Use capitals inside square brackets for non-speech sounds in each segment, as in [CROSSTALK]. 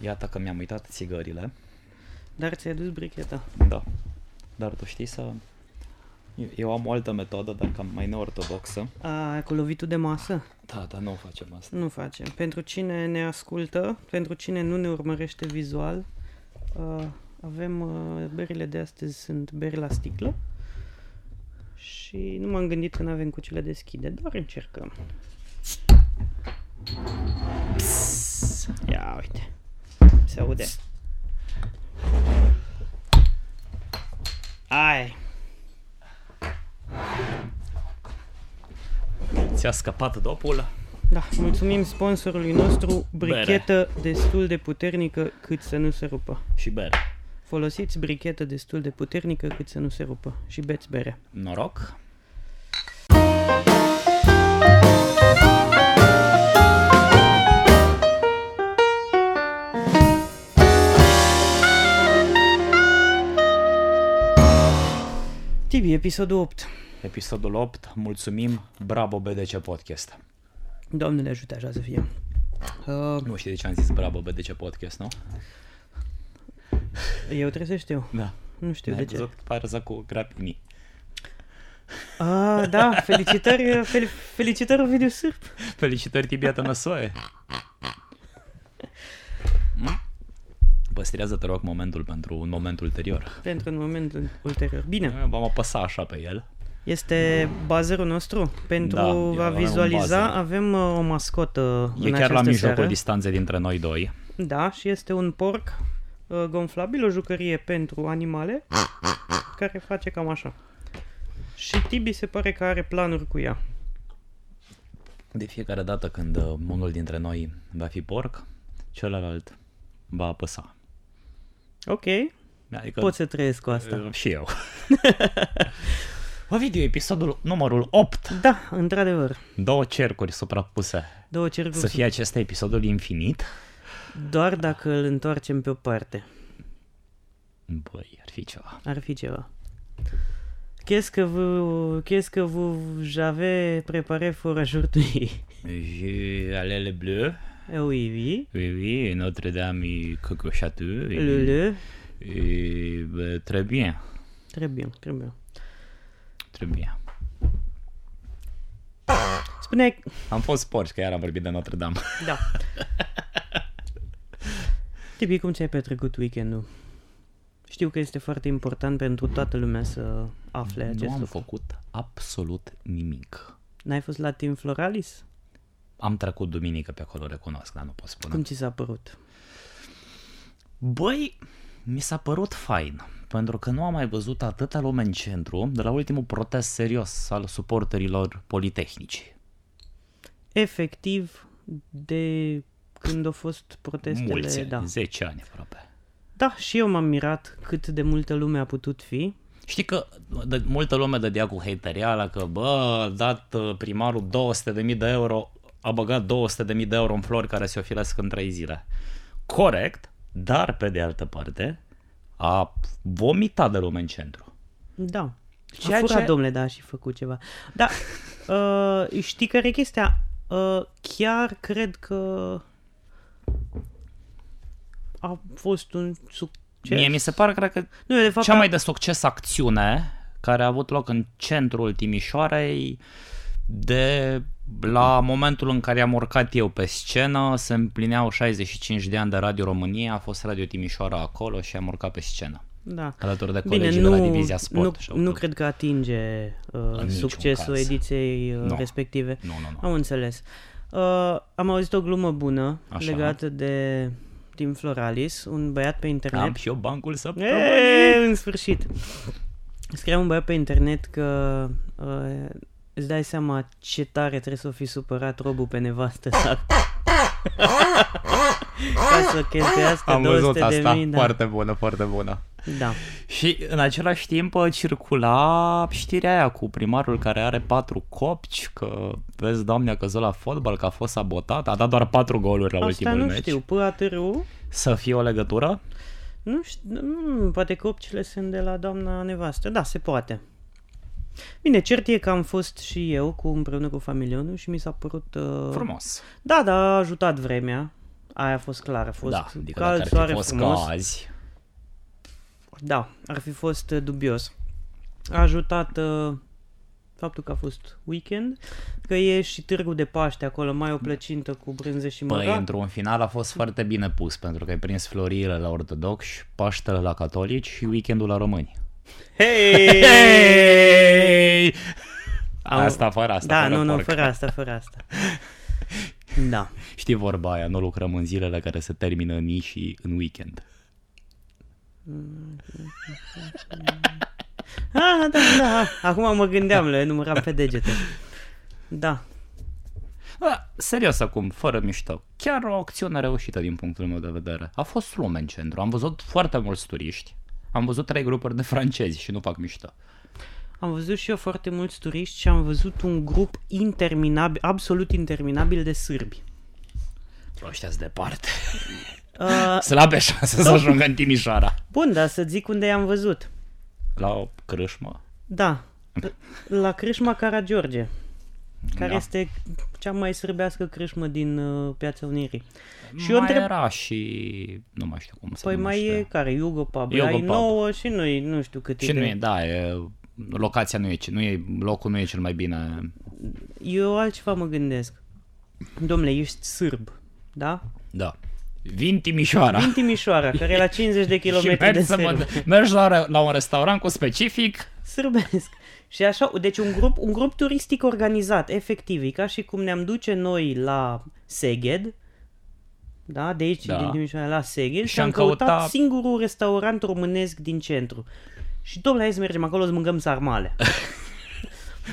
Iată că mi-am uitat țigările. Dar ți-ai dus bricheta. Da. Dar tu știi să... eu- Eu am o altă metodă, dar cam mai neortodoxă. A, cu lovitul de masă? Da, dar nu o facem asta. Nu facem. Pentru cine ne ascultă, pentru cine nu ne urmărește vizual, uh, avem uh, berile de astăzi sunt beri la sticlă și nu m-am gândit că nu avem cu ce le deschide, dar încercăm. Psst. Ia uite, se aude. Ai, Ți-a scăpat dopul? da, mulțumim sponsorului nostru, brichetă destul de puternică cât să nu se rupă. Și bere. Folosiți brichetă destul de puternică cât să nu se rupă și beți bere. Noroc. Tibi, episodul 8. Episodul 8. Mulțumim. Bravo BDC Podcast. Doamne ne ajută așa să fie. Uh, Nu știi de ce am zis bravo BDC Podcast, nu? eu trebuie să știu. Da. Nu știu de Ai ce. văzut parza cu grapini. Ah, da, felicitări, fel, felicitări Ovidiu Sârb. Felicitări Tibia Tănăsoe. Mm? Păstrează, te rog, momentul pentru un moment ulterior. Pentru un moment ulterior. Bine, V-am apăsat așa pe el. este bazerul nostru. Da, Pentru eu a avem un vizualiza, bazer. avem uh, o mascotă E în chiar la această mijlocul seară. distanței dintre noi doi. Da, și este un porc uh, gonflabil, o jucărie pentru animale, care face cam așa. Și Tibi se pare că are planuri cu ea. De fiecare dată când uh, unul dintre noi va fi porc, celălalt va apăsa. Ok, Adică pot să trăiesc cu asta. uh, și eu. [LAUGHS] Ovidiu, episodul numărul 8. Da, într-adevăr. Două cercuri suprapuse. Două cercuri. Să fie acesta episodul infinit? Doar dacă îl întoarcem pe o parte, Băi, ar fi ceva. ar fi ceva. Qu'est-ce que vous, qu'est-ce que vous avez préparé pour [LAUGHS] aujourd'hui? J'ai allé le bleu. Eh oui, oui. Oui, oui, Notre-Dame est coco château. Et, Le, le. et, bah, très bien, Très bien, très bien. très bien. Spuneai, Am fost porci că iar am vorbit de Notre-Dame. [LAUGHS] Da. Tibi, cum ți-ai petrecut weekendul? Știu că este foarte important pentru toată lumea să afle acest Nu am lucru. făcut absolut nimic. N-ai fost la Team Floralis? Am trecut duminică pe acolo, recunosc, dar nu pot spune. Cum ți s-a părut? Băi, mi s-a părut fain, pentru că nu am mai văzut atâta lume în centru de la ultimul protest serios al suporterilor politehnici. Efectiv, de când au fost protestele... Mulți ani, da. 10 ani aproape. da, și eu m-am mirat cât de multă lume a putut fi. Știi că de, multă lume dădea cu hateriala că bă, a dat uh, primarul 200.000 de euro, a băgat 200.000 de euro în flori care se ofilesc în 3 zile. Corect, dar pe de altă parte a vomitat de lume în centru. Da. Ceea a furat, ce- domnule, da, și făcut ceva. Da, [LAUGHS] uh, știi care e chestia? Uh, chiar cred că a fost un Ce? succes. Mie mi se pare, cred că, Nu, de fapt, cea mai de succes acțiune care a avut loc în centrul Timișoarei de la momentul în care am urcat eu pe scenă, se împlineau 65 de ani de Radio România, a fost Radio Timișoara acolo și am urcat pe scenă. da. Alături de Bine, colegii nu, de la Divizia Sport. nu, și au nu făcut- cred că atinge uh, niciun succesul caz. ediției uh, Nu. respective. nu, nu, nu. Am înțeles. Uh, am auzit o glumă bună Așa. legată de Tim Floralis, un băiat pe internet Am și eu bancul să Eh, Eee, în sfârșit. Scria un băiat pe internet că uh, îți dai seama ce tare trebuie să o fi supărat robul pe nevastă sa. Ca să cheltuiască 200 de mii. Da. bună, foarte bună. da. Și în același timp uh, circula știrea aia cu primarul care are patru copci, că vezi, doamne, a căzut la fotbal, că a fost sabotat, a dat doar patru goluri la Asta ultimul nu meci. știu. PATR-ul? Să fie o legătură? Nu știu. Mm, poate că opcile sunt de la doamna nevastă. Da, se poate. Bine, cert e că am fost și eu cu împreună cu familionul și mi s-a părut... Uh, Frumos. Da, da, a ajutat vremea. Aia a fost clar, a fost da, da, adică dacă cald, ar fi soare fost frumos. ca azi, Da, ar fi fost uh, dubios. A ajutat uh, faptul că a fost weekend, că e și târgul de Paște acolo, mai o plăcintă cu brânze și Păi, măra. într-un final a fost foarte bine pus, pentru că ai prins florile la ortodoxi, Paștele la catolici și weekendul la români. [LAUGHS] Hei! Hey! Au- [LAUGHS] Asta fără asta, Da, fără nu, nu, porc. fără asta, fără asta. Da. Știi vorba aia, nu lucrăm în zilele care se termină în și în weekend. Ah, da, da. Acum mă gândeam, le număram pe degete. Da. Da, serios acum, fără mișto. Chiar o acțiune reușită din punctul meu de vedere. A fost lume în centru, am văzut foarte mulți turiști. Am văzut trei grupuri de francezi și nu fac mișto. Am văzut și eu foarte mulți turiști și am văzut un grup interminabil, absolut interminabil de sârbi. Bă, Ăștia departe. Uh, Slabe șanse să ajungă în Timișoara. bun, dar să zic unde i-am văzut. La o crâșmă. Da, la Crâșma Caragiorge, care Da. este cea mai sârbească crâșmă din uh, Piața Unirii. Și Și mai eu întreb, era și... Nu mai știu cum se păi mai numește. e care, Yugo Pub, Yugo ai Pub. nouă și noi, nu știu cât Și de- nu e, da, e, locația nu e, ce- nu e, locul nu e cel mai bine. Eu altceva mă gândesc. Domnule, ești sârb, da? Da. Vin Timișoara. [LAUGHS] Din Timișoara, care e la 50 de și kilometri de mergi, să mă, sârb. mergi la, re- la un restaurant cu specific. Sârbesc. Și așa, deci un grup, un grup turistic organizat, efectiv, e ca și cum ne-am duce noi la Seged, da, de aici, Da. da. din Timișoara, la Seged, și, am am căutat căutat- singurul restaurant românesc din centru. Și domnule, hai să mergem acolo să mâncăm [LAUGHS] sarmale.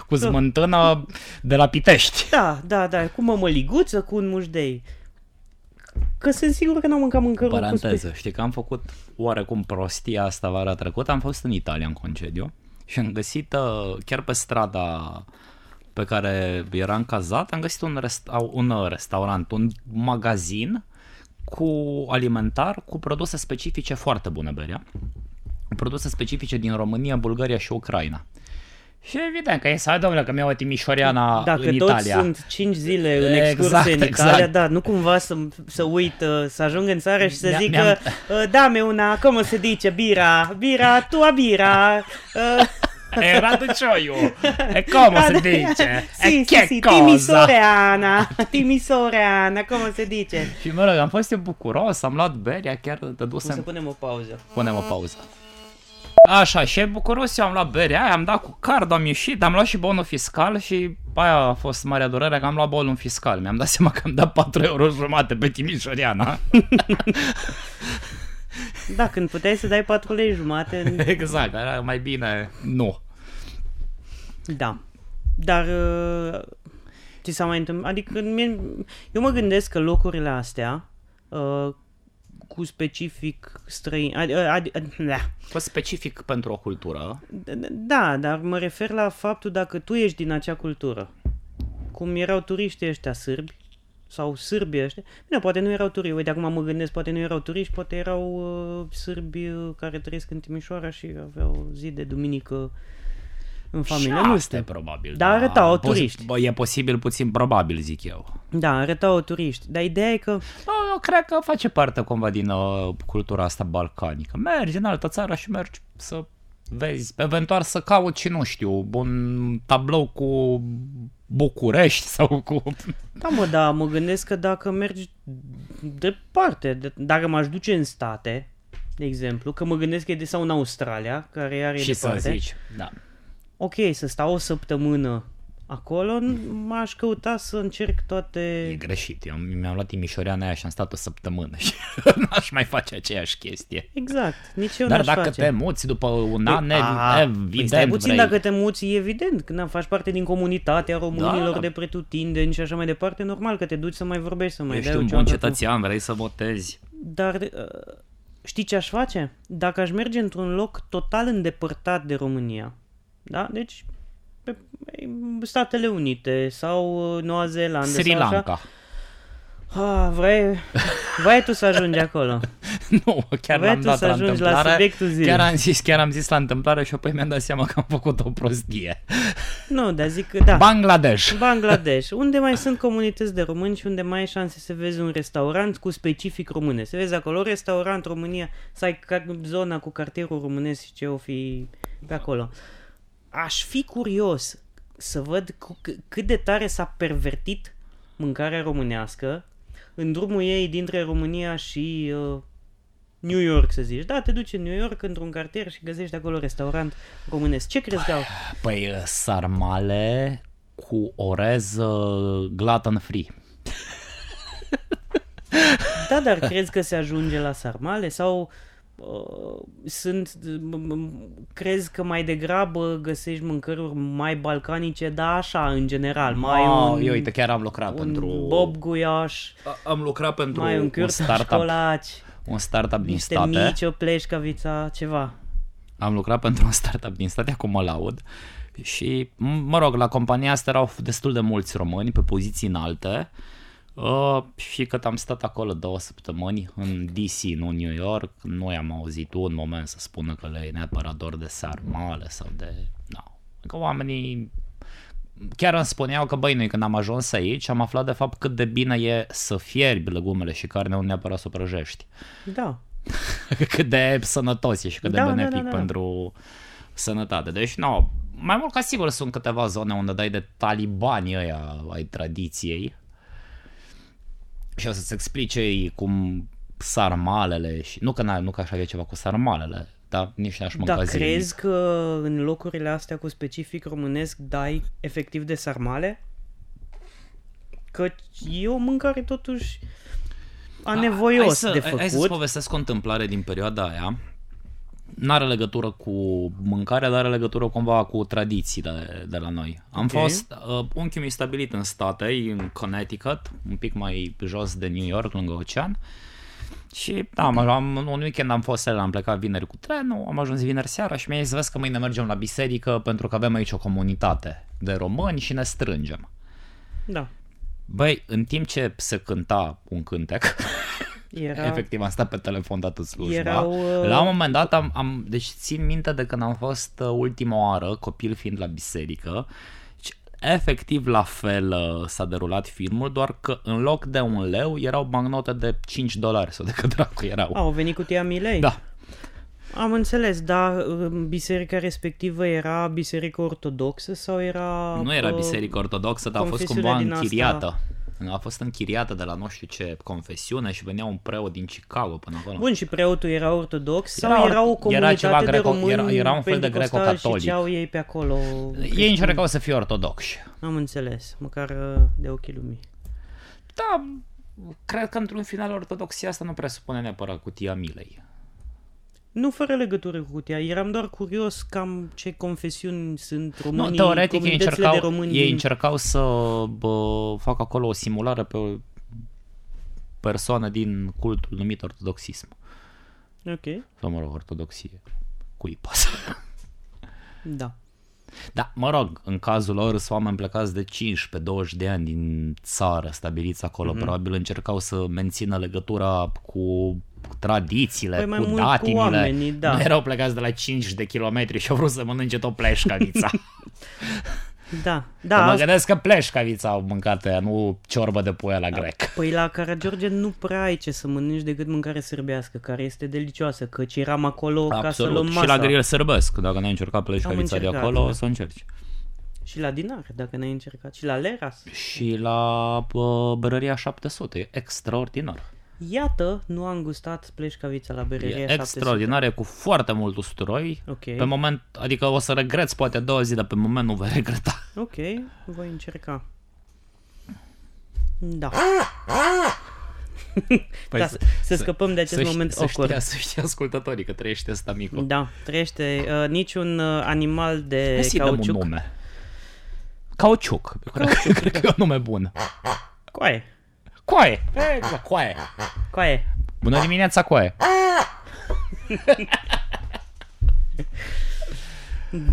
Cu smântână de la Pitești. Da, da, da, cu mămăliguță, cu un mușdei. Că sunt sigur că n-am mâncat mâncărul cu spe- Paranteză, știi că am făcut oarecum prostia asta vara trecută, am fost în Italia în concediu și am găsit uh, chiar pe strada pe care eram cazat, am găsit un, resta- un uh, restaurant, un magazin cu alimentar, cu produse specifice foarte bune, Beria. Produse specifice din România, Bulgaria și Ucraina. Și evident că e să domnule că mi-a o timișoreana Dacă în toți Italia. sunt 5 zile în Exact, excursie în Italia, exact. da, nu cumva să, să uit, uh, să ajung în țară și să Mi-a- zică, mi-am- uh, dame una, cum se dice, bira, bira, tua bira. uh, Era de cioiu. E come [LAUGHS] da, si da, dice? Sì, e sì, che sì, cosa? timisoreana, timisoreana, cum se dice. Și mă rog, am fost eu bucuros, am luat beria, chiar te O să dusem. punem o pauză. Punem o pauză. Așa, și bucuros eu am luat berea aia, am dat cu cardul, am ieșit, am luat și bonul fiscal și aia a fost marea durere că am luat bonul fiscal. Mi-am dat seama că am dat 4 euro jumate pe [LAUGHS] Timișoreana. Da, când puteai să dai 4 lei jumate, în- exact, era mai bine. Nu. Da. Dar uh, ți s-a mai întâmplat? Adică mie, eu mă gândesc că locurile astea uh, cu specific străin... Ad, uh, ad, ad, da. Fost specific pentru o cultură. da, dar mă refer la faptul dacă tu ești din acea cultură. Cum erau turiștii ăștia sârbi sau sârbii ăștia. Bine, poate nu erau turiști. Uite, acum mă gândesc, poate nu erau turiști, poate erau uh, sârbi uh, care trăiesc în Timișoara și aveau zi de duminică în familie. Nu asta știu. e probabil. Dar Da, arătau Pos- turiști. Bă, e posibil puțin probabil, zic eu. Da, arătau turiști, dar ideea e că Bă, Eu cred că face parte cumva din uh, cultura asta balcanică. Mergi în altă țară și mergi să vezi, eventual să cauți și nu știu, un tablou cu București sau cu... Da, mă, da, mă gândesc că dacă mergi departe, de, dacă m-aș duce în state, de exemplu, că mă gândesc că e de sau în Australia, care are și să departe. zici. Da. Ok, să stau o săptămână acolo, n- m-aș căuta să încerc E toate... greșit. Eu mi-am luat Timișoreana aia și am stat o săptămână și [LAUGHS] n-aș mai face aceeași chestie. Exact, nici eu Dar n-aș dacă face. te muți după un an, Păi, a, evident păi stai puțin vrei. dacă te muți, e evident, când faci parte din comunitatea românilor Da. de pretutindeni și așa mai departe, normal că te duci să mai vorbești, să mai Ești dai o un bun ceandă cu- cetățean, vrei să votezi. Dar uh, știi ce aș face? Dacă aș merge într-un loc total îndepărtat de România, da? Deci pe Statele Unite sau uh, Noua Zeelandă Sri sau așa. Lanka. Ah, vrei, vrei tu să ajungi acolo. [LAUGHS] nu, chiar Aveai l-am tu dat să la ajungi la întâmplare. subiectul zilei. Chiar am zis, chiar am zis la întâmplare și apoi mi-am dat seama că am făcut o prostie. Nu, dar zic că da. Bangladesh. Bangladesh, unde mai sunt comunități de români și unde mai ai șanse să vezi un restaurant cu specific române. Să vezi acolo restaurant România, să ai ca- zona cu cartierul românesc și ce o fi pe acolo. Aș fi curios să văd cu- c- cât de tare s-a pervertit mâncarea românească în drumul ei dintre România și uh, New York, să zici. Da, te duci în New York într-un cartier și găsești acolo restaurant românesc. Ce crezi că au? Păi uh, sarmale cu orez uh, gluten free. Da, dar crezi că se ajunge la sarmale sau uh, sunt m- m- crezi că mai degrabă găsești mâncăruri mai balcanice, dar așa în general, mai Wow, un, eu Ah, uite, chiar am lucrat un pentru... bob guiaș, A- Am lucrat pentru mai un un, chiurt startup, școlaci, un startup din niște state. mici o pleșcavița, ceva. Am lucrat pentru un startup din state, acum mă laud. Și, m- mă rog, la compania asta erau destul de mulți români pe poziții înalte. Uh, și cât am stat acolo două săptămâni în DC, nu în New York, nu i-am auzit un moment să spună că le e neapărat dor de sarmale sau de... No. Că oamenii chiar îmi spuneau că băi, noi când am ajuns aici am aflat de fapt cât de bine e să fierbi legumele și carnea nu neapărat să o prăjești Da. [LAUGHS] cât de sănătos e și cât de Da, da, benefic da, da. pentru sănătate. Deci, nu, mai mult ca sigur sunt câteva zone unde dai de talibani ăia ai tradiției și o să-ți explice ei cum sarmalele și... Nu că, n-a- nu că aș avea ceva cu sarmalele, dar nici n-aș mânca Dar zilnic. Da, crezi că în locurile astea cu specific românesc dai efectiv de sarmale? Că e o mâncare totuși Hai anevoios să, de hai- Hai să-ți făcut. povestesc o întâmplare din perioada aia. N-are legătură cu mâncarea, dar are legătură cumva cu tradițiile de la noi. Am Ok. fost, uh, unchiul mi stabilit în state, e în Connecticut, un pic mai jos de New York, lângă ocean. Și da, am, am, un weekend am fost, am plecat vineri cu trenul, am ajuns vineri seara și mi-a zis, vezi că mâine mergem la biserică pentru că avem aici o comunitate de români și ne strângem. Da. Băi, în timp ce se cânta un cântec, [LAUGHS] Era... Efectiv, am stat pe telefon toată slujba. Erau, uh, La un moment dat am, am, deci țin minte de când am fost uh, ultima oară, copil fiind la biserică, și efectiv la fel uh, s-a derulat filmul, doar că în loc de un leu erau magnote de 5 dolari sau de cât dracu erau. Au venit cutia milei? Da. Am înțeles, dar um, biserica respectivă era biserică ortodoxă sau era... Nu era uh, biserică ortodoxă, dar a fost confesiune cumva din asta- închiriată. A fost închiriată de la nu știu ce confesiune și venea un preot din Chicago până acolo. Bun, și preotul era ortodox sau Era era, or- o era comunitate ceva de greco- români era- era un fel de pentecostali greco-catolic. Și ce au ei pe acolo? Ei încercau să fie ortodoxi. Am înțeles, măcar uh, de ochii lumii. Da, cred că într-un final ortodoxia asta nu presupune neapărat cutia milei. Nu fără legătură cu cutia, eram doar curios cam ce confesiuni sunt românii, nu, teoretic ei comunitățile încercau, de români ei din- încercau să bă, facă acolo o simulare pe o persoană din cultul numit ortodoxism. Ok, Sau mă rog, ortodoxie. Cui pasă? da. Da, mă rog, în cazul lor sunt oameni plecați de 15-20 de ani din țară, stabiliți acolo, Mhm. mm-hmm. probabil încercau să mențină legătura cu tradițiile, Păi mai cu mult cu datinile. oamenii, da. Nu erau plecați de la 5 de kilometri și au vrut să mănânce tot [LAUGHS] pleșcavița. Da, da, da, mă asta- gândesc că pleșcavița au mâncat ea, nu ciorbă de pui la grec. Păi la Caragiorge nu prea ai ce să mănânci decât mâncare sârbească, care este delicioasă, căci eram acolo ca să luăm Absolut. masa. Și la grill sărbesc, dacă n-ai încercat pleșcavița de încercat, acolo, da. o să o încerci. Și la dinar, dacă n-ai încercat. Și la leras. Și la bă, Berăria 700, e extraordinar. Iată, nu am gustat pleșcavița la berărie. E extraordinare, cu foarte mult usturoi. Ok. Pe moment, adică o să regreți poate a doua zi, dar pe moment nu vei regreta. Ok, voi încerca. Da, Păi, da să, să scăpăm de acest să, moment să awkward. știa, să știa ascultătorii că trăiește asta micu. Da, trăiește uh, niciun uh, animal de Să-i dăm un cauciuc. nume. Cauciuc. Cred, [LAUGHS] cred că e un nume bun. Coaie, Coaie. Coaie. coaie. Bună dimineața, coaie.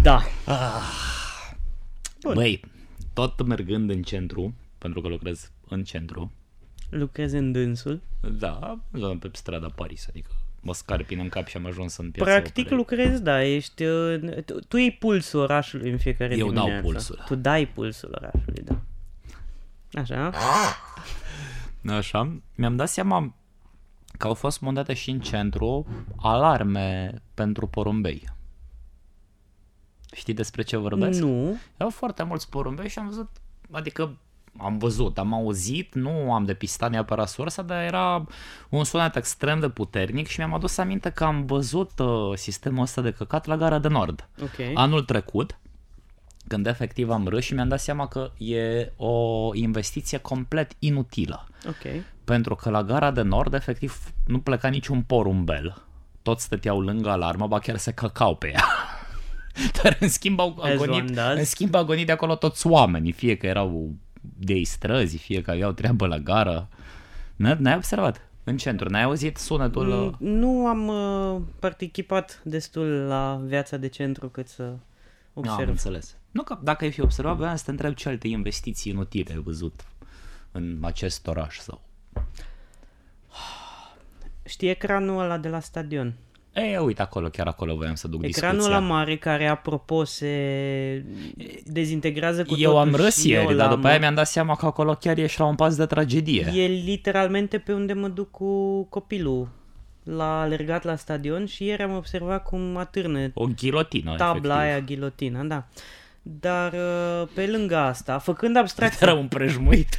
Da. Bun. Băi, tot mergând în centru, pentru că lucrez în centru, Lucrez în dânsul. da, în zona pe strada Paris, adică mă scarpin în cap și am ajuns în piața Practic Operei. lucrezi, da, ești, uh, tu, tu iei pulsul orașului în fiecare Eu dau dimineață. pulsul. Tu dai pulsul orașului, da. Așa, Ah, Așa, mi-am dat seama că au fost montate și în centru alarme pentru porumbei. Știi despre ce vorbesc? nu, Erau foarte mulți porumbei și am văzut, adică am văzut, am auzit, nu am depistat neapărat sursa, dar era un sunet extrem de puternic și mi-am adus aminte că am văzut uh, sistemul ăsta de căcat la gara de nord. ok. Anul trecut, când efectiv am râs și mi-am dat seama că e o investiție complet inutilă. Ok. Pentru că la gara de nord, efectiv, nu pleca niciun porumbel. Toți stăteau lângă alarmă, ba chiar se căcau pe ea. [LAUGHS] Dar în schimb au As agonit, one does. în schimb au agonit de acolo toți oamenii, fie că erau de ei străzi, fie că aveau treabă la gară. N- N-ai observat? În centru, n-ai auzit sunetul? uh, Mm, Nu am uh, participat destul la viața de centru cât să Am observ. înțeles. Nu că dacă ai fi observat, voiam să te întreb ce alte investiții inutile ai văzut în acest oraș sau... Știi ecranul ăla de la stadion? E, uite acolo, chiar acolo voiam să duc Ecranul discuția. ăla mare care, apropo, se dezintegrează cu Eu totul am râs și ieri, eu dar l-am- după aia mi-am dat seama că acolo chiar ești la un pas de tragedie. E literalmente pe unde mă duc cu copilul. L-a alergat la stadion și ieri am observat cum atârne O ghilotină, tabla Oh, efectiv. aia ghilotina, da. Dar uh, pe lângă asta, făcând [LAUGHS] abstracție Era un prejmuit.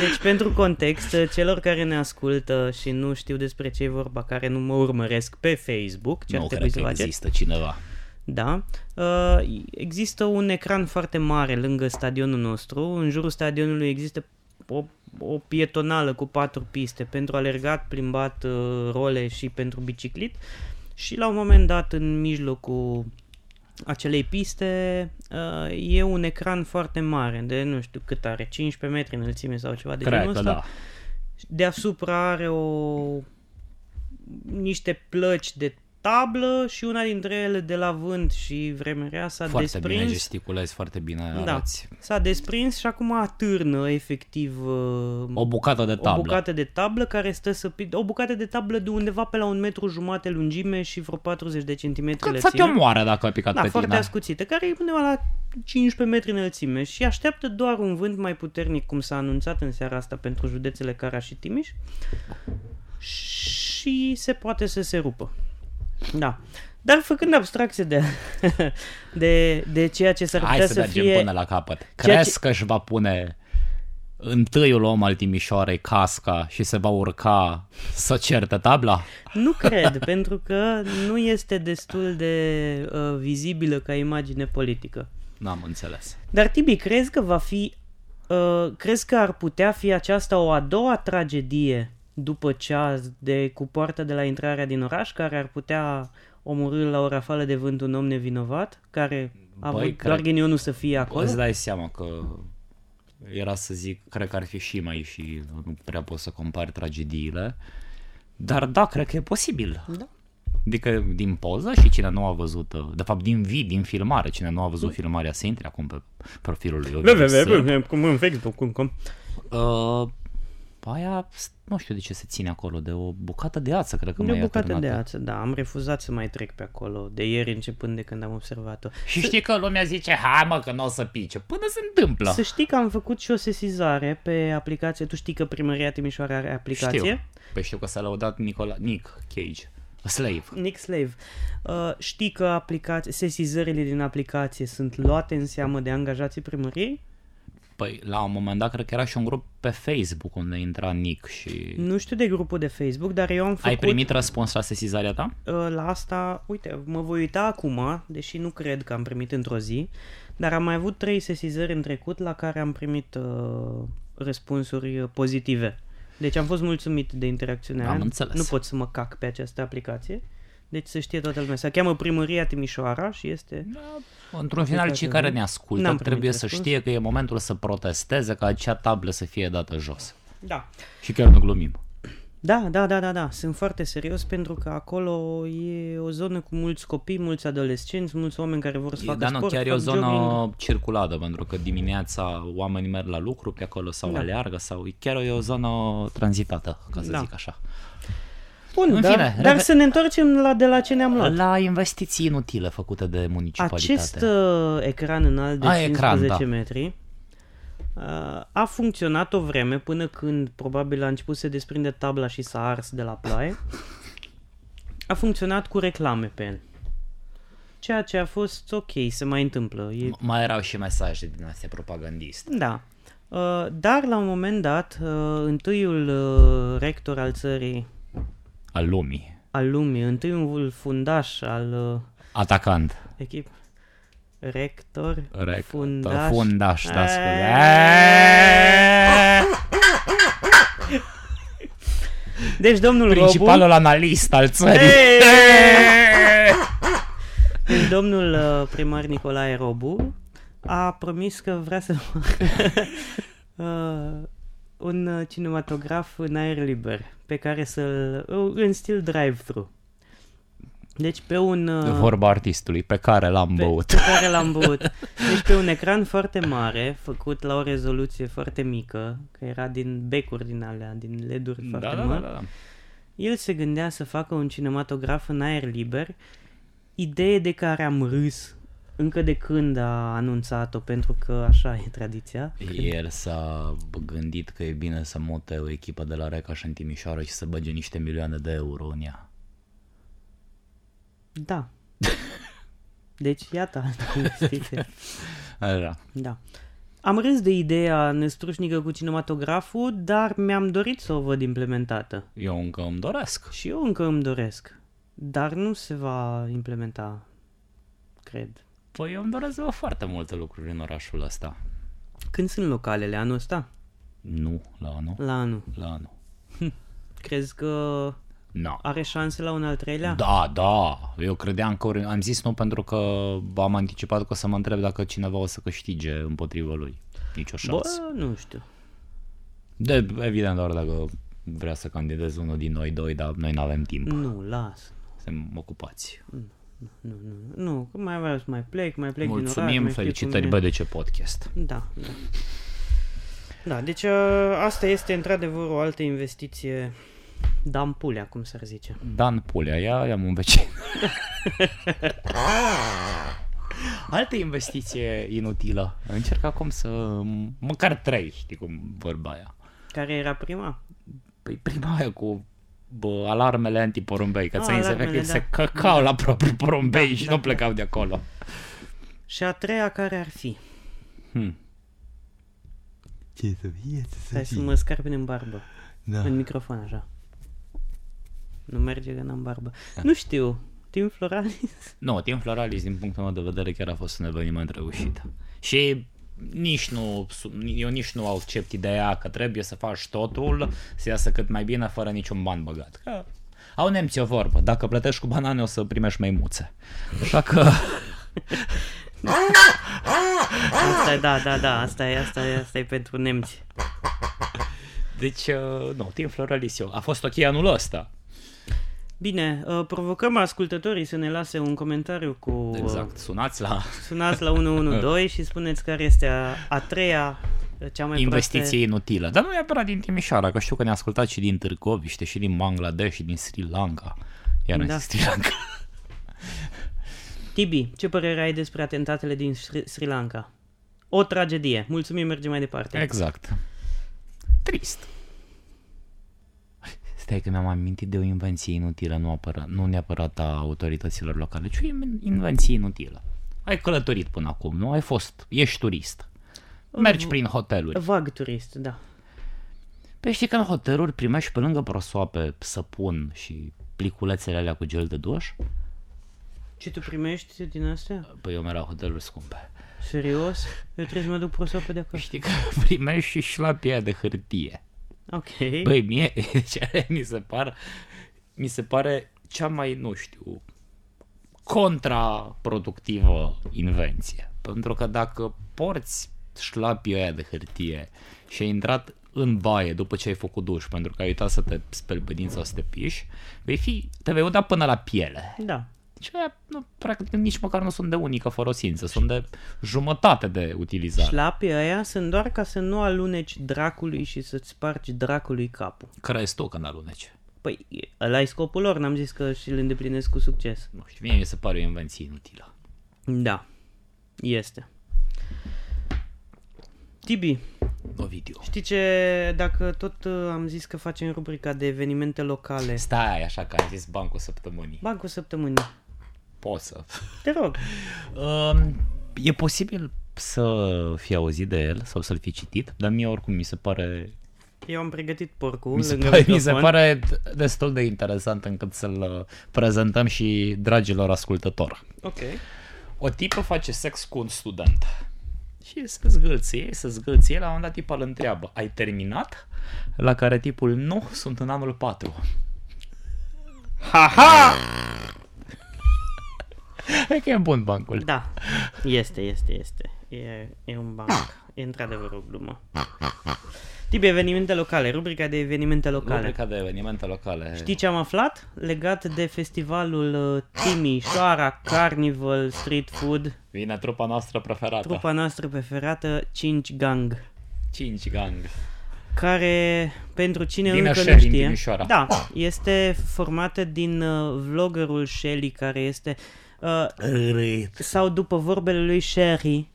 Deci, pentru context, uh, celor care ne ascultă și nu știu despre ce e vorba, care nu mă urmăresc pe Facebook, ce ar nu cred trebui să că faceți, există cineva. da, uh, există un ecran foarte mare lângă stadionul nostru, în jurul stadionului există o, o pietonală cu patru piste pentru alergat, plimbat, uh, role și pentru biciclit și la un moment dat în mijlocul acelei piste uh, e un ecran foarte mare de nu știu cât are, 15 metri înălțime sau ceva de Cred Deci genul că ăsta da. deasupra are o niște plăci de tablă și una dintre ele de la vânt și vremerea s-a Foarte bine desprins. gesticulezi, foarte bine da, arăți. s-a desprins și acum atârnă efectiv uh, O bucată de tablă. o bucată de tablă care stă să pi- o bucată de tablă de undeva pe la un metru jumate lungime și vreo 40 de centimetri Cât să te lățime. omoară dacă a picat Da, pe foarte tine. ascuțită, care e undeva la 15 metri înălțime și așteaptă doar un vânt mai puternic, cum s-a anunțat în seara asta pentru județele Cara și Timiș și se poate să se rupă. Da. Dar făcând abstracție de, [LAUGHS] de, de ceea ce s-ar Hai putea să, să mergem fie... până la capăt. Ceea Crezi că își va pune întâiul om al Timișoarei casca și se va urca să certe tabla? Nu cred, [LAUGHS] pentru că nu este destul de uh, vizibilă ca imagine politică. N-am înțeles. Dar Tibi, crezi că va fi uh, crezi că ar putea fi aceasta o a doua tragedie după cea de cu poarta de la intrarea din oraș care ar putea omorâ la o rafală de vânt un om nevinovat care Băi, a Băi, avut cred- doar ghinionul să fie acolo? Îți dai seama că era să zic, cred că ar fi și mai și nu prea poți să compari tragediile, dar da, cred că e posibil. Da. Adică din poză și cine nu a văzut, uh, de fapt din vid, din filmare, cine nu a văzut Mm. filmarea să intre acum pe profilul lui Ovidiu Sârbu. Cum în Facebook.com Uh, aia, nu știu de ce se ține acolo, de o bucată de ață, cred că De mai e o bucată de atârnată. ață, da, am refuzat să mai trec pe acolo de ieri începând de când am observat-o. Și știi că lumea zice, hai mă că nu o să pice, până se întâmplă. Să știi că am făcut și o sesizare pe aplicație. Tu știi că Primăria Timișoara are aplicație? Știu. Păi știu că s-a laudat Nicola, Nick Cage, slave. Nick Slave. Uh, știi că aplicați- sesizările din aplicație sunt luate în seamă de angajații primăriei? Păi, la un moment dat, cred că era și un grup pe Facebook unde intra Nick și... Nu știu de grupul de Facebook, dar eu am făcut Ai primit răspuns la sesizarea ta? uh, la asta, uite, mă voi uita acum, deși nu cred că am primit într-o zi, dar am mai avut trei sesizări în trecut la care am primit uh, răspunsuri uh, pozitive. Deci am fost mulțumit de interacțiunea Am aia. înțeles. Nu pot să mă cac pe această aplicație. Deci să știe toată lumea. Se cheamă Primăria Timișoara și este... Într-un final, cei care ne ascultă Da. N-am primit trebuie să răspuns. știe că e momentul să protesteze ca acea tablă să fie dată jos. Da. Și chiar nu glumim. Da, da, da, da, da. Sunt foarte serios pentru că acolo e o zonă cu mulți copii, mulți adolescenți, mulți oameni care vor să facă Dar Da, nu, sport, chiar e o fac zonă jogging. circulată, pentru că dimineața oamenii merg la lucru pe acolo sau Da. aleargă sau chiar e o zonă tranzitată, ca să Da. zic așa. Bun, În da. fine, Dar reve- să ne întoarcem la de la ce ne-am luat. La investiții inutile făcute de municipalitate. Acest uh, ecran înalt de A, 15 ecran, da. metri uh, a funcționat o vreme până când probabil a început să se desprinde tabla și s-a ars de la ploaie. A funcționat cu reclame pe el. Ceea ce a fost ok, se mai întâmplă. E Mai erau și mesaje din astea propagandiste. da. Uh, Dar la un moment dat, uh, întâiul uh, rector al țării, Al lumii. al lumii, întâiul fundaș al uh, Atacant. echip, rector, Rec- fundaș, Eh. Fundaș, da, scuze. Eh! Deci domnul Robu, Principalul analist al țării. Eh! deci domnul uh, primar Nicolae Robu a promis că vrea să [LAUGHS] facă uh, un uh, cinematograf în aer liber, pe care să-l... uh, în stil drive-thru. Deci pe un... uh, Vorba artistului, pe care l-am pe, băut. pe care l-am băut. Deci pe un ecran foarte mare, făcut la o rezoluție foarte mică, că era din becuri din alea, din LED-uri Da, foarte mari, el se gândea să facă un cinematograf în aer liber, idee de care am râs încă de când a anunțat-o, pentru că așa e tradiția. El s-a gândit că e bine să mute o echipă de la Recaș în Timișoara și să băge niște milioane de euro în ea. Da. Deci, iată altă investiție. Așa. Da. Am râs de ideea năstrușnică cu cinematograful, dar mi-am dorit să o văd implementată. Eu încă îmi doresc. Și eu încă îmi doresc. Dar nu se va implementa, cred. Păi eu îmi doresc eu foarte multe lucruri în orașul ăsta. Când sunt localele? Anul ăsta? Nu, la anul. La anul. La anul. Crezi că Na. are șanse la un al treilea? Da, da, eu credeam că ori- am zis nu pentru că am anticipat că o să mă întreb dacă cineva o să câștige împotriva lui. Nicio Bă, șansă. nu știu. De, evident, doar dacă vrea să candidez unul din noi doi, dar noi nu avem timp. Nu, las. Suntem ocupați. Nu, nu, nu. Că mai vreau să mai plec, mai plec din oraș. mai Mulțumim, știu felicitări cum e. BDC Podcast. Da, da. Da, deci ă, asta este într-adevăr o altă investiție dampulea, cum s-ar zice. Dan Pulea, ia, am un vecin. [LAUGHS] Altă investiție inutilă. Încerc acum să... Măcar trei, știi cum vorba aia. Care era prima? Păi prima aia cu bă, alarmele antiporumbei, că Ah, țăinzi alarmele, efectiv da. se căcau la propriu porumbei și nu plecau de acolo. Și a treia care ar fi? Hmm. Ce să fie, ce să Stai să fie. mă scarpin în barbă. Da. În microfon, așa. Nu merge că n-am barbă. Ah. Nu știu. Tim Floralis? Nu, Team Floralis, din punctul meu de vedere, chiar a fost un eveniment reușit. Și nici nu, eu nici nu accept ideea că trebuie să faci totul, să iasă cât mai bine, fără niciun ban băgat. Că au nemții o vorbă, dacă plătești cu banane o să primești mai muțe. Așa că [LAUGHS] Ah! Asta e, da, da, da, asta e, asta e, asta e pentru nemți. Deci, uh, nu, Team Floralis eu. A fost ok anul ăsta. Bine, uh, provocăm ascultătorii să ne lase un comentariu cu... uh, Exact. Sunați la Sunați la 112 și spuneți care este a, a treia, uh, cea mai investiție inutilă. Dar nu neapărat din Timișoara, că știu că ne-a ascultat și din Târgoviște, și din Bangladesh, și din Sri Lanka. Iar da. Da. în Sri Lanka. proastă. Tibi, ce părere ai despre atentatele din Sri, Sri Lanka? O tragedie. Mulțumim, mergem mai departe. Exact. Trist. Stai că mi-am amintit de o invenție inutilă, nu, apărat, nu neapărat a autorităților locale, ci o in- invenție inutilă. Ai călătorit până acum, nu? Ai fost, ești turist. Mergi prin hoteluri. Vag turist, da. Păi știi că în hoteluri primești pe lângă prosoape săpun și pliculețele alea cu gel de duș? Ce tu primești din astea? Păi eu merg la hoteluri scumpe. Serios? Eu trebuie să mă duc prosoapă de acasă. Știi că [LAUGHS] primești și șlapia de hârtie. Ok. Băi, mie, [LAUGHS] deci alea mi se par, mi se pare cea mai, nu știu, contraproductivă invenție. Pentru că dacă porți șlapii aia de hârtie și ai intrat în baie după ce ai făcut duș, pentru că ai uitat să te speli pe dinți sau să te piși, vei fi, te vei uda până la piele. Da. Deci aia, nu, practic, nici măcar nu sunt de unică folosință, sunt de jumătate de utilizare. Șlapii aia sunt doar ca să nu aluneci dracului și să-ți spargi dracului capul. Crezi tu când aluneci? Păi Ăla e scopul lor, n-am zis că și îl îndeplinesc cu succes. Nu știu, mie mi se pare o invenție inutilă. Da, este. Tibi, O video. știi ce, dacă tot uh, am zis că facem rubrica de evenimente locale, Stai așa că ai zis bancul săptămânii. bancul săptămânii, Poți să. te rog, Um, e posibil să fi auzit de el sau să-l fi citit, dar mie oricum mi se pare eu am pregătit porcul mi se, lângă pare, mi se microfon. pare destul de interesant încât să-l uh, prezentăm și dragilor ascultători. Ok. O tipă face sex cu un student și se zgâlție, se zgâlție, la un moment dat tipa îl întreabă, ai terminat? La care tipul, nu, sunt în anul 4. Ha-ha! Hai că e bun bancul. Da, este, este, este. E, e un banc. E într-adevăr o glumă. Tip evenimente locale, rubrica de evenimente locale. Rubrica de evenimente locale. Știi ce am aflat legat de festivalul uh, Timișoara Carnival Street Food, Vine trupa noastră preferată. trupa noastră preferată 5 Gang, 5 gang. care pentru cine Din încă așa, nu din știe, Timișoara. da, este formată din uh, vloggerul Shelly care este uh, Rât. sau după vorbele lui Sherry,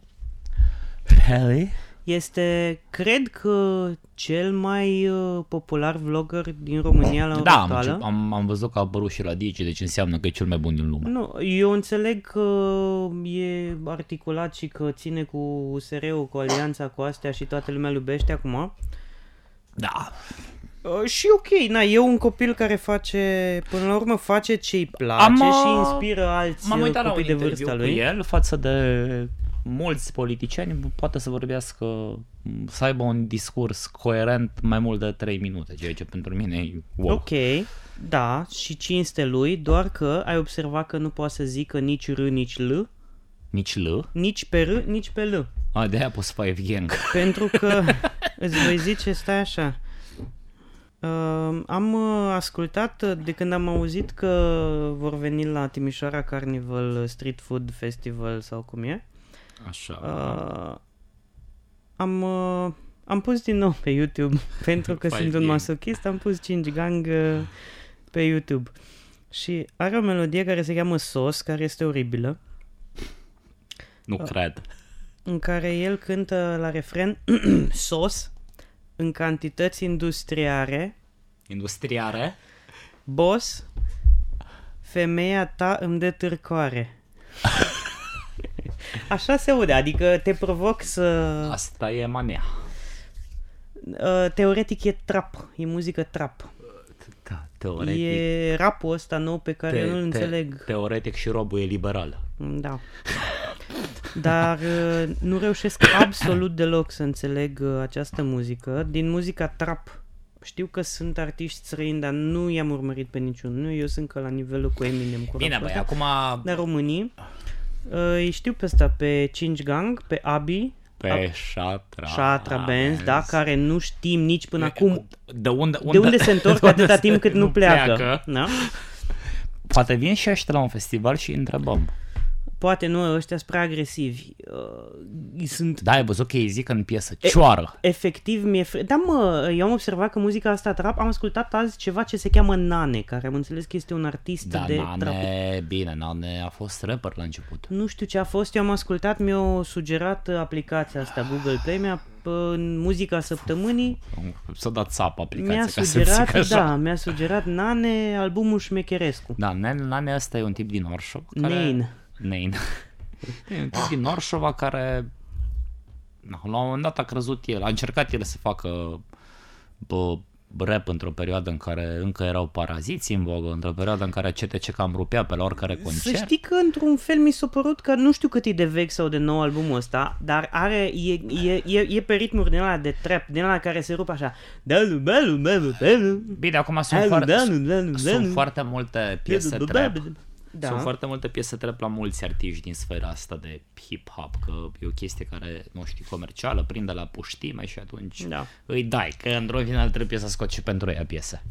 Harry? Este, cred că, cel mai uh, popular vlogger din România la ora Da, am, actuală. început- am, am văzut că a apărut și la Digi, deci înseamnă că e cel mai bun din lume. Nu, eu înțeleg că uh, e articulat și că ține cu USR-ul, cu alianța, cu astea și toată lumea îl iubește acum. Da. Uh, și ok, na, e un copil care face, până la urmă face ce-i place Am, uh, și inspiră alți M-am uh, uitat la un copii de interviu vârsta cu lui. el față de mulți politicieni, poate să vorbească, să aibă un discurs coerent mai mult de 3 minute, ceea ce pentru mine e wow. Ok, da, și cinste lui, doar că ai observat că nu poate să zică nici R, nici L, Nici L. nici pe R, nici pe L. A, de aia pus Five Gang. Pentru că îți voi zice, stai așa. Uh, am uh, ascultat uh, de când am auzit că vor veni la Timișoara Carnival uh, Street Food Festival sau cum e. Așa. Uh, am, uh, am pus din nou pe YouTube [LAUGHS] pentru că Fai sunt un bine. masochist, am pus 5 gang uh, pe YouTube. Și are o melodie care se cheamă SOS, care este oribilă Nu cred. în care el cântă la refren [CLEARS THROAT] sos în cantități industriare, Industriare. boss, femeia ta îmi dă târcoare. [LAUGHS] Așa se aude, adică te provoc să... Asta e mania. Uh, Teoretic e trap, e muzică trap. Da, teoretic. E rapul ăsta nou pe care Te- nu-l te- înțeleg. Teoretic și robul e liberal. Da. Dar uh, nu reușesc absolut deloc să înțeleg uh, această muzică. Din muzica trap știu că sunt artiști străini, dar nu i-am urmărit pe niciunul. Eu sunt că la nivelul cu Eminem, cu Bine, rapul băi, ăsta. acum Dar românii uh, îi știu pe ăsta, pe 5 Gang, pe Abi, pe Shatra. Shatra Benz, da, care nu știm nici până acum De unde, unde, de unde se [LAUGHS] întorc atâta timp cât nu pleacă. Da? Poate vin și ăștia la un festival și îi întrebăm. Poate nu, ăștia sunt prea agresivi. Uh, sunt Da, ai văzut că ei zic în piesă cioară. Efectiv, mi-e fre... Da, mă, eu am observat că muzica asta trap, am ascultat azi ceva ce se cheamă Nane, care am înțeles că este un artist Da, de trap. Nane, bine, Nane a fost rapper la început. Nu știu ce a fost, eu am ascultat, mi-a sugerat uh, aplicația asta Google Play, mi-a p- în muzica săptămânii, S-a dat țap mi-a aplicația ca să zic sugerat, așa. da, mi-a sugerat Nane albumul Șmecherescu. Da, Nane, Nane ăsta e un tip din Orșova care... Nane. Nane. [LAUGHS] e un tip din Orșova care... Na, la un moment dat a crezut el, a încercat el să facă bă, rap într-o perioadă în care încă erau paraziți în vogă, într-o perioadă în care CTC cam rupea pe la oricare Să concert. știi că într-un fel mi s-a părut că nu știu cât e de vechi sau de nou albumul ăsta, dar are, e, e, e, e pe ritmuri din ăla de trap, din ăla care se rupe așa. Dalu, balu, balu, balu. Bine, acum sunt, Alu, foarte, dalu, dalu, sunt dalu. foarte multe piese trap. Da. Sunt Păi, Da. foarte multe piese trap la mulți artiști din sfera asta de hip-hop, că e o chestie care, nu știu, comercială, prinde la puștime și atunci Da. îi dai, că într-o final trebuie să scoți și pentru ea [LAUGHS] piese.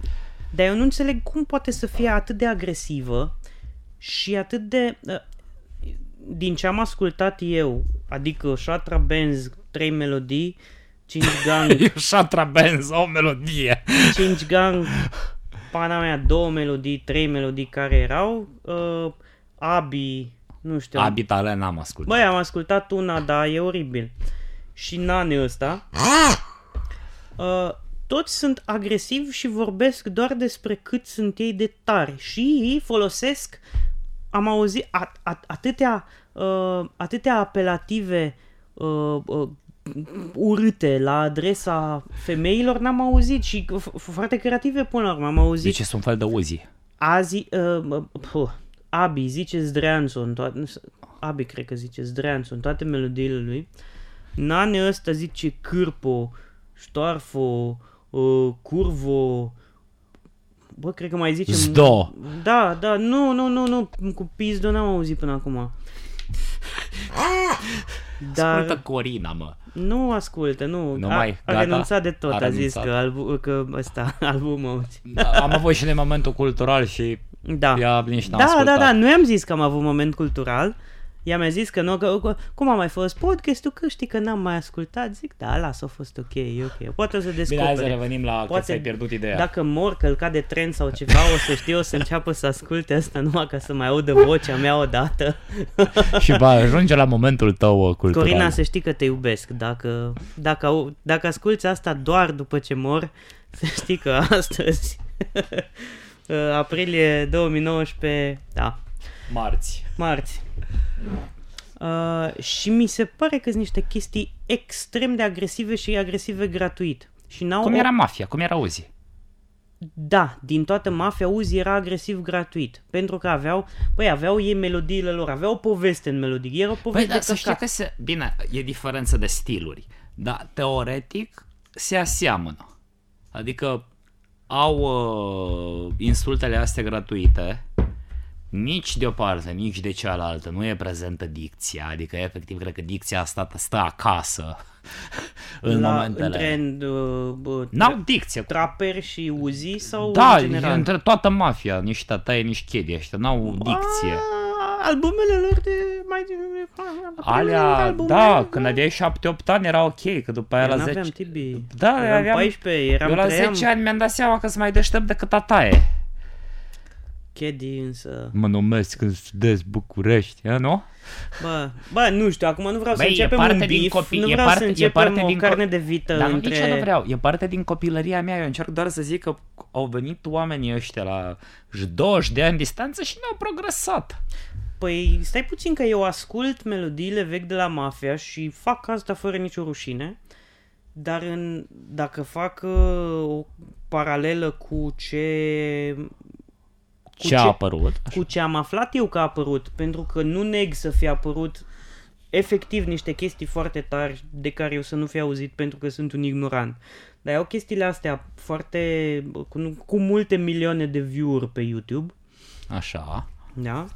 Dar eu nu înțeleg cum poate să fie atât de agresivă și atât de... ă, Din ce am ascultat eu, adică Shatra Benz, trei melodii, [LAUGHS] 5 gang, E Shatra Benz, o melodie. 5 gang, pana mea două melodii, trei melodii care erau. Uh, Abi, nu știu. Da. Abitale n-am ascultat. Băi, am ascultat una, dar e oribil. Și Nane ăsta. Uh, toți sunt agresivi și vorbesc doar despre cât sunt ei de tari. Și ei folosesc, am auzit at, at, atâtea, uh, atâtea apelative uh, uh, urâte la adresa femeilor, n-am auzit și f- f- foarte creative până la urmă. Am auzit Deci sunt un fel de uzi. Azi, uh, uh, puh, Abi, zice Zdreanson, toate, Abi cred că zice Zdreanson, toate melodiile lui. Nane ăsta zice Cârpo, Ștoarfo, uh, Curvo, bă, cred că mai zice... Zdo. Da, da, nu, nu, nu, nu, cu Pizdo n-am auzit până [LAUGHS] acum. Dar Ascultă Corina, mă. nu ascultă, nu, Nu a, mai, a gata, renunțat de tot, a a, zis renunțat. că, albu- că ăsta, [LAUGHS] albumul, Da, Am avut și de momentul cultural și da. ea nici n-a da, ascultat. da, da, nu i-am zis că am avut moment cultural. Ea mi-a zis că nu, că, că cum a mai fost podcastul, că știi că n-am mai ascultat. Zic, da, lasă, a fost ok, e ok. Poate o să Bine, hai să descopere. revenim la Poate... că Poate- ți-ai pierdut ideea. Dacă mor călcat de tren sau ceva, o să știu, o să înceapă să asculte asta numai ca să mai audă vocea mea odată. Și va ajunge la momentul tău uh, cultural. Corina, să știi că te iubesc. Dacă, dacă, au- dacă asculti asta doar după ce mor, să știi că astăzi, [LAUGHS] aprilie 2019, da, Marți. Marți. Uh, și mi se pare că sunt niște chestii extrem de agresive și agresive gratuit. Și n-au Cum era mafia? Cum era uzi? Da, din toată mafia Uzi era agresiv gratuit. Pentru că aveau, păi aveau ei melodiile lor, aveau o poveste în melodii. Era o Păi, poveste dar să știi căcat. că se... Bine, e diferență de stiluri, dar teoretic se aseamănă. Adică au uh, insultele astea gratuite, nici de o parte, nici de cealaltă, nu e prezentă dicția, adică efectiv cred că dicția asta stă acasă [LAUGHS] în la, momentele... Între uh, bă, N-au dicție. traperi și Uzi sau Da, în general? e între toată mafia, nici tataie, nici chedi, ăștia n-au dicție. A, albumele lor de mai... Alea, albumele, da, când aveai 7-8 ani era ok, că după aia Eu la Păi n-aveam 10... tibi. Da, eram aveam- 14, eram Eu la 3 10 ani mi-am dat seama că sunt mai deștept decât tataie. Chedi însă. Mă numesc când studiez București, E, nu? Bă, bă, nu știu, acum nu Băi, vreau să e începem parte un din bif, copii- nu e vreau parte- să e începem parte o din co- carne de vită Dar între... nici eu nu vreau, e parte din copilăria mea, eu încerc doar să zic că au venit oamenii ăștia la 20 de ani distanță și n-au progresat. Păi stai puțin că eu ascult melodiile vechi de la Mafia și fac asta fără nicio rușine, dar în, dacă fac uh, o paralelă cu ce Ce a ce- apărut? cu ce am aflat eu că a apărut, pentru că nu neg să fie apărut efectiv niște chestii foarte tari de care eu să nu fi auzit pentru că sunt un ignorant. Dar au chestiile astea foarte cu, cu multe milioane de view-uri pe YouTube, Așa. da?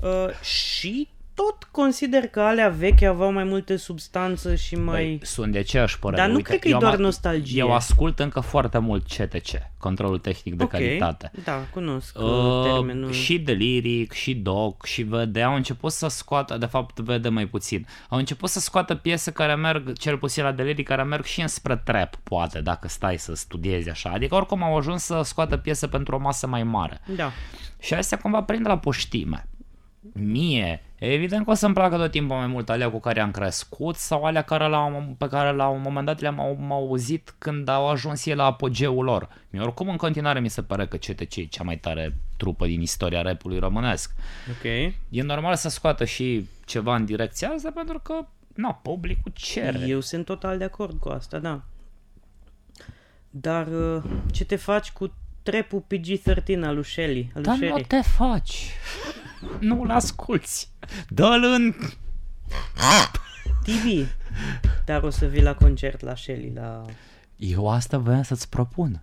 Uh, și tot consider că alea vechi aveau mai multe substanță și mai Băi, Păi, sunt de aceeași părere. Dar nu Uite, cred că e eu doar am- nostalgie. Eu ascult încă foarte mult CTC, controlul tehnic de Ok, calitate. Da, cunosc uh, Uh, termenul. și de lyric, și doc, și vede, au început să scoată, de fapt vede mai puțin, au început să scoată piese care merg, cel puțin la de lyric, care merg și înspre trap, poate, dacă stai să studiezi așa. Adică oricum au ajuns să scoată piese pentru o masă mai mare. Da. Și astea cumva prind la poștime. Mie, evident că o să-mi placă tot timpul mai mult alea cu care am crescut sau alea care la, un- pe care la un moment dat le-am au- m-au auzit când au ajuns ei la apogeul lor. Mie oricum în continuare mi se pare că CTC e cea mai tare trupă din istoria rapului românesc. Ok. E normal să scoată și ceva în direcția asta pentru că, na, publicul cere. Eu sunt total de acord cu asta, da. Dar uh, ce te faci cu trepul PG-13 al lui Shelly? Al Dar lui Da, nu Shelly? te faci. Nu-l asculti. Dă-l în... TV! Dar o să vii la concert la Shelly, la... Eu asta voiam să-ți propun.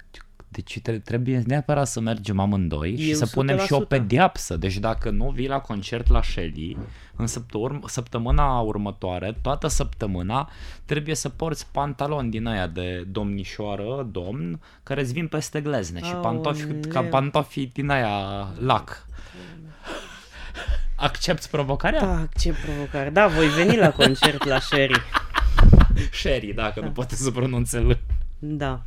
Deci tre- trebuie neapărat să mergem amândoi și Eu să punem și o 100%. pedeapsă. Deci dacă nu vii la concert la Shelly, în săptămâna, săptămâna următoare, toată săptămâna, trebuie să porți pantaloni din aia de domnișoară, domn, care îți vin peste glezne și pantofi, ca Aoleu. pantofi din aia lac. Accepti provocarea? Da. Ah, ce provocare! Da, voi veni la concert la Shelly. Da. Sherry, dacă nu poate să pronunțe L. Da.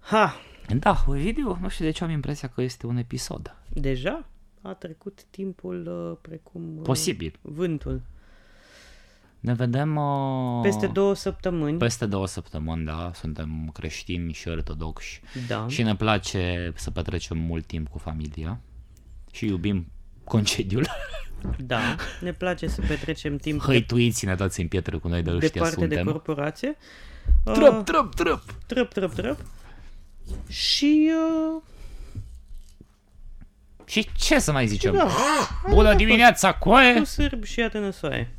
Ha! Da, Ovidiu, nu știu de ce am impresia că este un episod. Deja a trecut timpul uh, precum uh, Posibil. vântul. Ne vedem... Uh, Peste două săptămâni. peste două săptămâni, da, suntem creștini și ortodoxi da. și ne place să petrecem mult timp cu familia și iubim [LAUGHS] concediul. Da, ne place să petrecem timp Hăituiți-ne, dați în pietre cu noi de ăștia departe suntem. de corporație. Uh, Trăp, trăp, trăp! trăp, trăp, trăp. Și uh, Și ce să mai zicem? da, Bună Eh. dimineața, coaie! cu sârb și iată năsoaie.